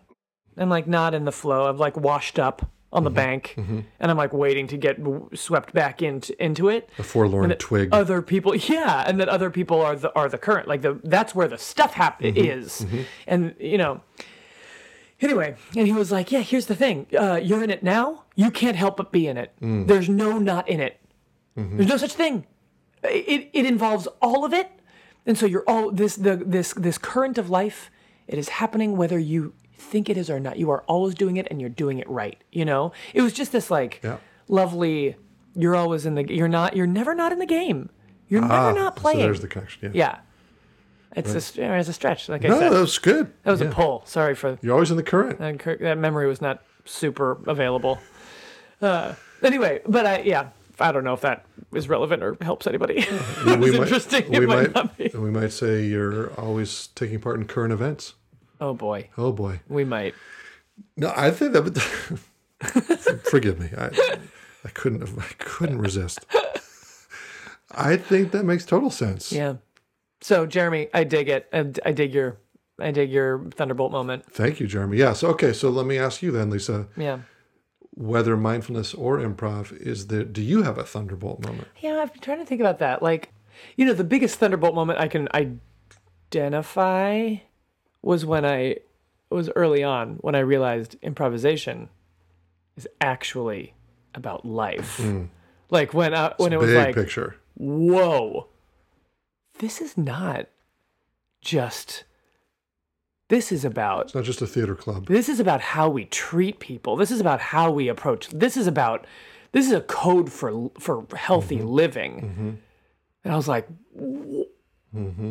I'm like not in the flow. I'm like washed up on
Mm-hmm.
the bank, and I'm like waiting to get w- swept back into into it.
A forlorn twig.
Other people, [laughs] yeah, and that other people are the are the current. Like the that's where the stuff hap-
Mm-hmm.
is, and you know. Anyway, and he was like, "Yeah, here's the thing. Uh, you're in it now. You can't help but be in it.
Mm.
There's no not in it. There's no such thing. It it involves all of it, and so you're all this the this this current of life. It is happening whether you think it is or not. You are always doing it, and you're doing it right. You know. It was just this like
Yeah.
lovely. You're always in the. You're not. You're never not in the game. You're
Ah,
never not playing.
So there's the connection. Yeah.
yeah. It's a st- it's a stretch. Like I
No,
said,
that was good.
that was
Yeah.
a pull. Sorry for
You're always in the current.
and Kirk, that memory was not super available. Uh, anyway, but I yeah, I don't know if that is relevant or helps anybody. [laughs] that was interesting. It
We
might
might,
not be.
we might say you're always taking part in current events.
Oh boy,
Oh boy.
we might.
No, I think that. Would, [laughs] forgive me. I, I couldn't. I couldn't resist. I think that makes total sense.
Yeah. So Jeremy, I dig it. I, I dig your, I dig your thunderbolt moment.
Thank you, Jeremy. Yeah. So okay. So let me ask you then, Lisa,
Yeah.
whether mindfulness or improv is the. Do you have a thunderbolt moment?
Yeah, I've been trying to think about that. Like, you know, the biggest thunderbolt moment I can identify was when I was early on when I realized improvisation is actually about life. Like when I, when it was
Big
like,
picture.
whoa, this is not just. This is about
It's not just a theater club.
this is about how we treat people this is about how we approach this is about this is a code for for healthy living and i was like w-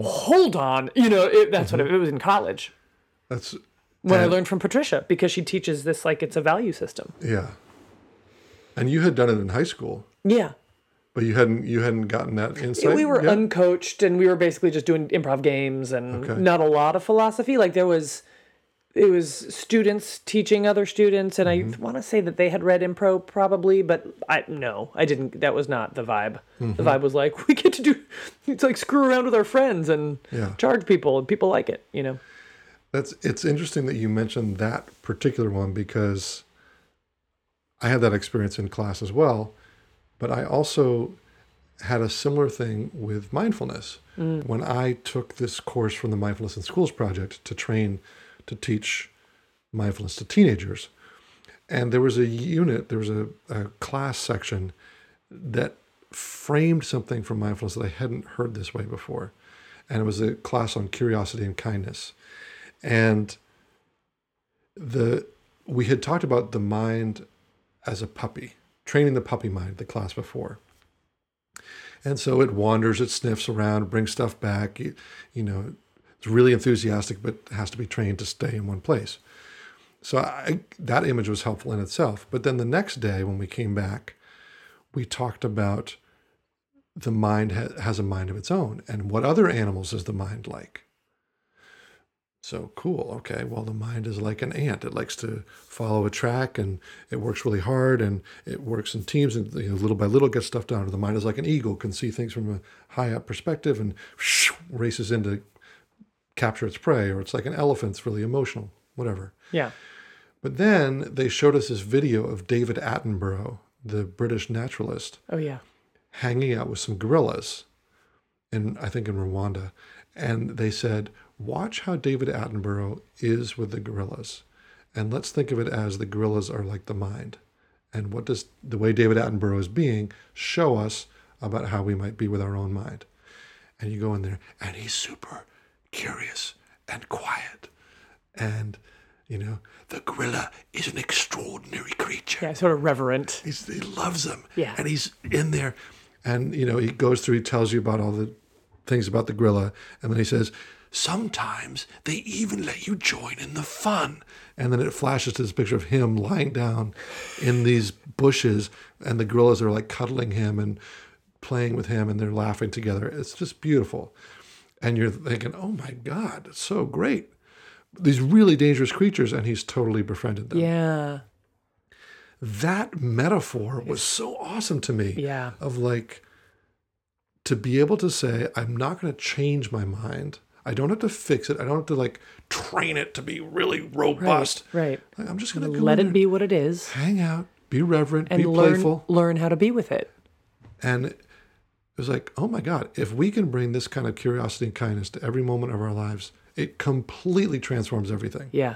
hold on you know it, that's what it, it was in college
That's
when i
And-
learned from patricia because she teaches this like it's a value system
yeah. And you had done it in high school,
yeah
but you hadn't. You hadn't gotten that insight.
we were
yet?
uncoached and we were basically just doing improv games and
Okay.
not a lot of philosophy like there was it was students teaching other students and
Mm-hmm.
i want to say that they had read impro probably but i no i didn't that was not the vibe the
Mm-hmm.
vibe was like [laughs] we get to do it's like screw around with our friends and
Yeah.
charge people and people like it you know
That's it's interesting that you mentioned that particular one because I had that experience in class as well, but I also had a similar thing with mindfulness. When I took this course from the Mindfulness in Schools project to train to teach mindfulness to teenagers, and there was a unit, there was a, a class section that framed something from mindfulness that I hadn't heard this way before. And it was a class on curiosity and kindness and the we had talked about the mind as a puppy training the puppy mind the class before and so it wanders it sniffs around brings stuff back you, you know it's really enthusiastic but has to be trained to stay in one place so I, that image was helpful in itself but then the next day when we came back we talked about the mind ha- has a mind of its own and what other animals is the mind like so cool okay well the mind is like an ant it likes to follow a track and it works really hard and it works in teams and you know, little by little gets stuff done or the mind is like an eagle can see things from a high up perspective and [sniffs] races in to capture its prey or it's like an elephant's really emotional whatever
Yeah.
but then they showed us this video of David Attenborough, the British naturalist,
Oh yeah.
hanging out with some gorillas in I think in Rwanda. And they said, "Watch how David Attenborough is with the gorillas." And let's think of it as the gorillas are like the mind. And what does the way David Attenborough is being show us about how we might be with our own mind? And you go in there and he's super curious and quiet. And you know, the gorilla is an extraordinary creature.
Yeah. Sort of reverent.
He's, he loves them.
Yeah.
And he's in there. And, you know, he goes through, he tells you about all the things about the gorilla. And then he says, sometimes they even let you join in the fun. And then it flashes to this picture of him lying down in these bushes. And the gorillas are like cuddling him and playing with him and they're laughing together. It's just beautiful. And you're thinking, oh my God, it's so great. These really dangerous creatures. And he's totally befriended them
Yeah.
that metaphor was so awesome to me.
Yeah.
Of like, to be able to say, I'm not going to change my mind. I don't have to fix it. I don't have to like train it to be really robust.
Right.
Like, I'm just going to
Let it be what it is,
Hang out, be reverent,
and
be
learn
playful.
learn how to be with it.
And it was like, oh my God, if we can bring this kind of curiosity and kindness to every moment of our lives, it completely transforms everything.
Yeah.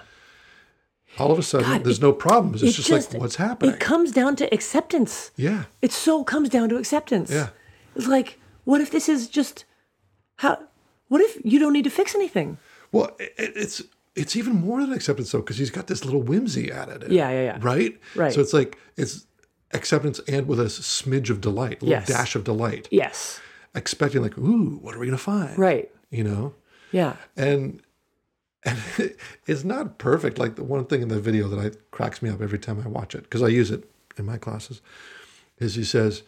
All of a sudden, there's no problems. It's just, like, what's happening?
It comes down to acceptance.
yeah.
It so comes down to acceptance.
Yeah.
It's like, what if this is just how? What if you don't need to fix anything?
Well, it, it's it's even more than acceptance though, because he's got this little whimsy added. in it,
Yeah, yeah, yeah.
Right,
Right.
So it's like it's acceptance and with a smidge of delight, a little
Yes.
dash of delight,
Yes.
expecting like, ooh, what are we gonna find?
Right.
You know,
Yeah.
and and [laughs] it's not perfect. Like the one thing in the video that I cracks me up every time I watch it because I use it in my classes is he says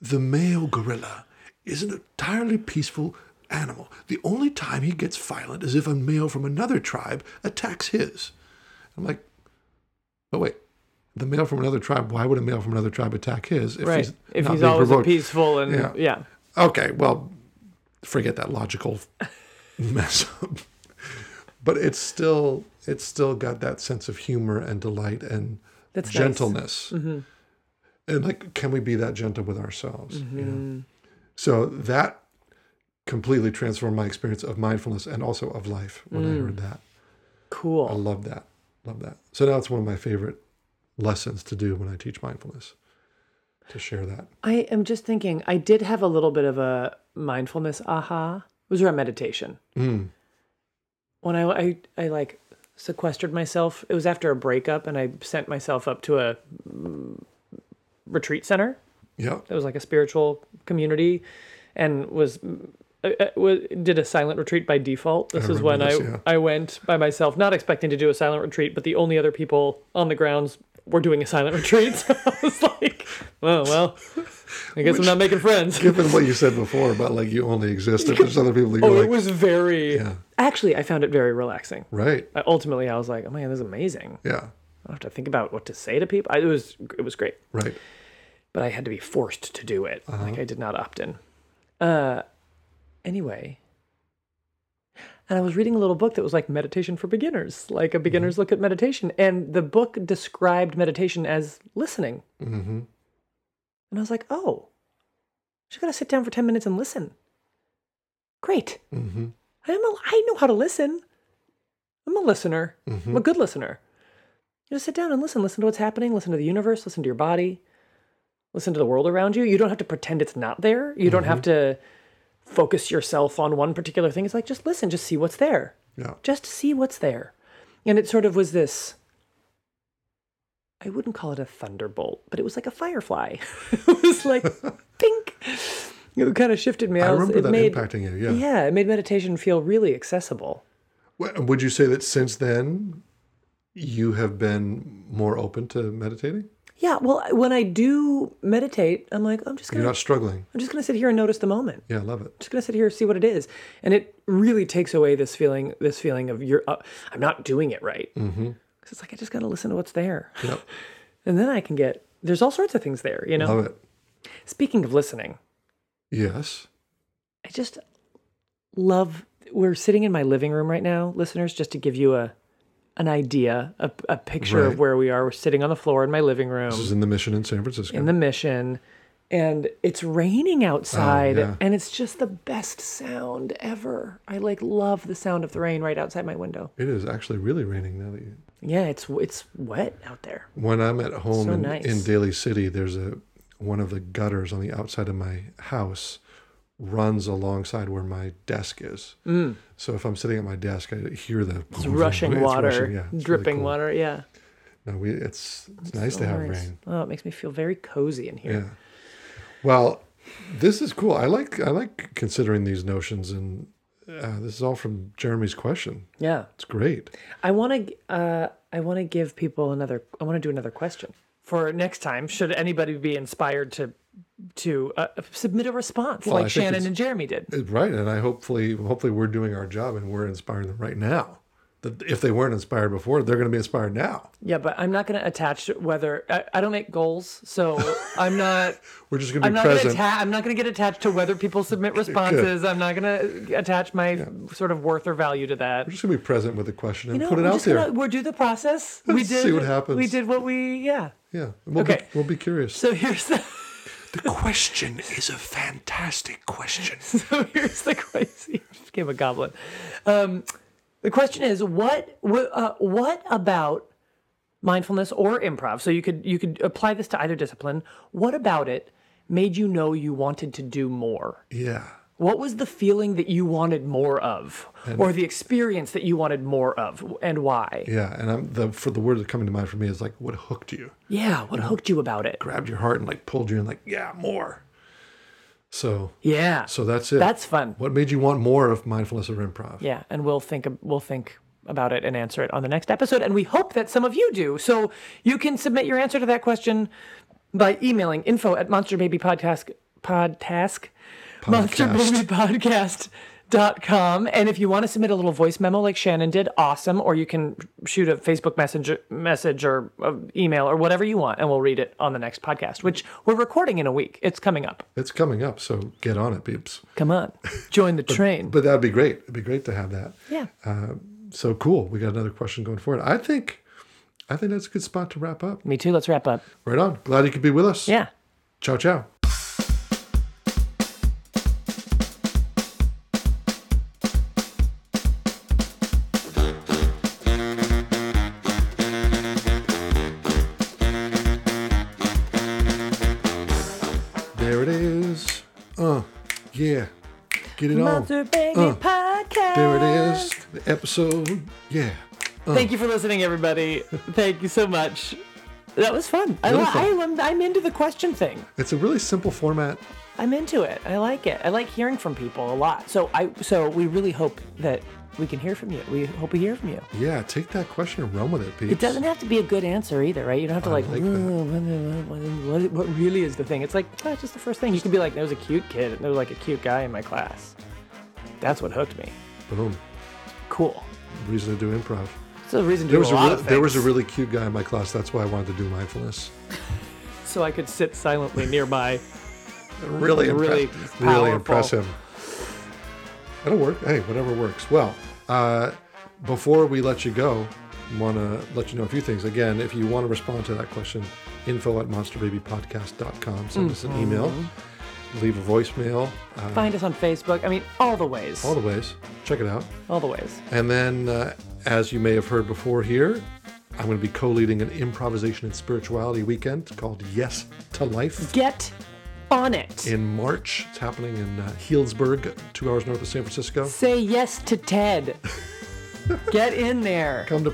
the male gorilla is an entirely peaceful animal. The only time he gets violent is if a male from another tribe attacks his. I'm like, oh wait, the male from another tribe. Why would a male from another tribe attack his if
Right.
he's
if
not
he's
being
always
provoked?
peaceful and
Yeah.
yeah.
okay, well, forget that logical [laughs] mess up. But it's still it's still got that sense of humor and delight and
That's nice.
gentleness. And like, can we be that gentle with ourselves? You know? So that completely transformed my experience of mindfulness and also of life when I heard that. I
Cool.
love that. Love that. So now it's one of my favorite lessons to do when I teach mindfulness. To share that.
I am just thinking. I did have a little bit of a mindfulness aha. It was around meditation.
Mm,
When I, I I like sequestered myself. It was after a breakup, and I sent myself up to a mm, retreat center.
Yeah.
It was like a spiritual community, and was uh, uh, wa- did a silent retreat by default. This is
remember
when
this,
I
yeah.
I went by myself, not expecting to do a silent retreat, but the only other people on the grounds were doing a silent [laughs] retreat. So I was like, oh well, I guess I'm not making friends.
Given what you said before about like you only exist if there's other people that
[laughs]
you're
Oh,
like,
it was very.
Yeah.
Actually, I found it very relaxing.
right.
I, ultimately, I was like, oh man, this is amazing. I
Yeah.
don't have to think about what to say to people. I, it was it was great.
Right.
but I had to be forced to do it. Like I did not opt in. Uh, anyway, and I was reading a little book that was like meditation for beginners, like a beginner's look at meditation, and the book described meditation as listening. Mm-hmm. And I was like, oh, just gotta sit down for ten minutes and listen. Great.
Mm-hmm.
I'm a, I know how to listen. I'm a listener.
Mm-hmm.
I'm a good listener. You just sit down and listen. Listen to what's happening. Listen to the universe. Listen to your body. Listen to the world around you. You don't have to pretend it's not there. You don't have
Mm-hmm.
to focus yourself on one particular thing. It's like just listen. Just see what's there.
Yeah.
Just see what's there. And it sort of was this. I wouldn't call it a thunderbolt, but it was like a firefly. [laughs] it was
[laughs]
like, pink. It kind of shifted me.
I
was-
remember
it
that
made-
impacting you. Yeah.
yeah, it made meditation feel really accessible.
W- Would you say that since then you have been more open to meditating?
Yeah, well, when I do meditate, I'm like, I'm just
You're
gonna,
not struggling.
I'm just gonna sit here and notice the moment.
Yeah, I love it.
just gonna sit here and see what it is and it really takes away this feeling this feeling of you're uh, i'm not doing it right because it's like i just gotta listen to what's there
Mm-hmm. Yep.
[laughs] and then i can get there's all sorts of things there you know
Love it.
speaking of listening
Yes.
i just love we're sitting in my living room right now listeners just to give you a an idea a, a picture
Right.
of where we are we're sitting on the floor in my living room
This is in the mission in San Francisco.
in the mission and it's raining outside
Oh, yeah.
and it's just the best sound ever i like love the sound of the rain right outside my window
it is actually really raining now that you
yeah it's it's wet out there
When I'm at home
So
in,
nice.
in Daly City, there's a one of the gutters on the outside of my house runs alongside where my desk is. Mm. So if I'm sitting at my desk, I hear the
it's rushing water
rushing, yeah, [laughs] it's really
dripping
cool.
water yeah
No, we, it's it's nice to have
Nice.
rain.
oh it makes me feel very cozy in here
Yeah. Well, this is cool. I like I like considering these notions, and uh, this is all from Jeremy's question.
yeah,
It's great.
i want to uh i want to give people another i want to do another question for next time should anybody be inspired to to uh, submit a response
I
like
think
shannon
it's-
and jeremy did
It- Right, and I hopefully hopefully we're doing our job and we're inspiring them right now. That if they weren't inspired before, they're going to be inspired now.
Yeah, but I'm not going to attach whether I, I don't make goals, so
[laughs]
I'm not.
We're just going to
I'm
be
not going to
present.
atta- I'm not going to get attached to whether people
[laughs]
submit responses. I'm not going to attach my sort of worth or value to that.
we're just going to be present with the question and
No,
put it
we're
out
just
there.
gonna- we'll do the process. We
Let's [laughs] see
did
what happens.
We did what we yeah.
Yeah, we'll be
Okay.
we'll be curious.
So here's the
The question is a fantastic question.
[laughs] so here's the [laughs] crazy game of goblin. Um, the question is what what, uh, what about mindfulness or improv? So you could you could apply this to either discipline. What about it made you know you wanted to do more?
Yeah,
What was the feeling that you wanted more of, or the experience that you wanted more of, and why?
yeah, and I'm the for the word that's coming to mind for me is like what hooked you,
Yeah, what hooked you about it?
grabbed your heart and like pulled you in, like yeah, more. So
Yeah,
so that's it.
that's fun.
what made you want more of mindfulness or improv.
Yeah, and we'll think we'll think about it and answer it on the next episode. And we hope that some of you do. So you can submit your answer to that question by emailing info at monsterbabypodcast podtask monsterbabypodcast dot com. And if you want to submit a little voice memo like Shannon did, awesome. Or you can shoot a Facebook messenger message or uh, email or whatever you want, and we'll read it on the next podcast, which we're recording in a week. It's coming up.
It's coming up, so get on it, peeps.
Come on, join the train.
But that'd be great. It'd be great to have that.
yeah.
So cool. We got another question going forward. I think, I think that's a good spot to wrap up.
Me too. Let's wrap up.
Right on. Glad you could be with us.
Yeah.
Ciao, ciao. There it is. Uh, yeah. Get it on.
Monster Baby Podcast.
Uh. There it is. Uh. The episode. Yeah.
Thank you for listening, everybody. Thank you so much. That was fun. I, li-
Really fun.
I, am I'm into the question thing.
It's a really simple format.
I'm into it. I like it. I like hearing from people a lot. So I so we really hope that we can hear from you. We hope we hear from you.
Yeah, take that question and run with it, Pete.
It doesn't have to be a good answer either, right? You don't have to like,
like that.
"Oh, what, what, what, what- what really is the thing? It's like oh, it's just the first thing. You can be like, there was a cute kid. and There was like a cute guy in my class. That's what hooked me.
Boom.
Cool.
Reason to do improv.
It's a reason to
There
do
was
a
a,
lot
real
of
there was a
things.
really cute guy in my class. That's why I wanted to do mindfulness.
so I could sit silently nearby.
Really, impre-
Really
really
powerful.
impress him. That'll work. Hey, whatever works. Well, uh, before we let you go, want to let you know a few things. Again, if you want to respond to that question, info at monsterbabypodcast.com. Send us
Mm-hmm.
an email, leave a voicemail, uh,
Find us on Facebook. I mean, all the ways.
all the ways. Check it out.
All the ways.
And then, uh, as you may have heard before here, I'm going to be co leading an improvisation and spirituality weekend called Yes to Life
Get on it.
in March. It's happening in uh, Healdsburg, two hours north of San Francisco.
Say yes to
[laughs]
Ted. Get in there.
Come to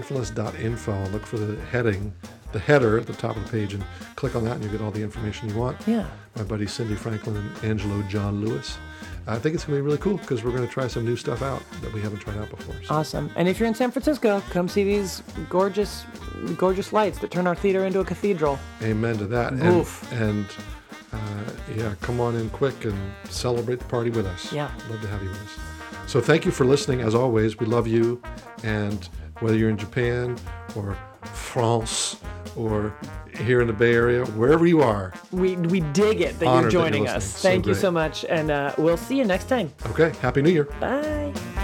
playfulmindfulness.info and look for the heading, the header at the top of the page, and click on that, and you get all the information you want.
Yeah.
My buddies Cindy Franklin and Angelo John Lewis I think it's going to be really cool because we're going to try some new stuff out that we haven't tried out before. So
Awesome. And if you're in San Francisco, come see these gorgeous, gorgeous lights that turn our theater into a cathedral.
amen to that. And,
Oof.
and uh, yeah, come on in quick and celebrate the party with us.
Yeah.
Love to have you with us. So thank you for listening. As always, we love you. And whether you're in Japan or France or here in the Bay Area, wherever you are,
We, we dig it that
Honored that
you're
you're
joining
listening.
us.
So
Thank you
great.
so much. And uh, we'll see you next time.
okay, Happy New Year.
Bye.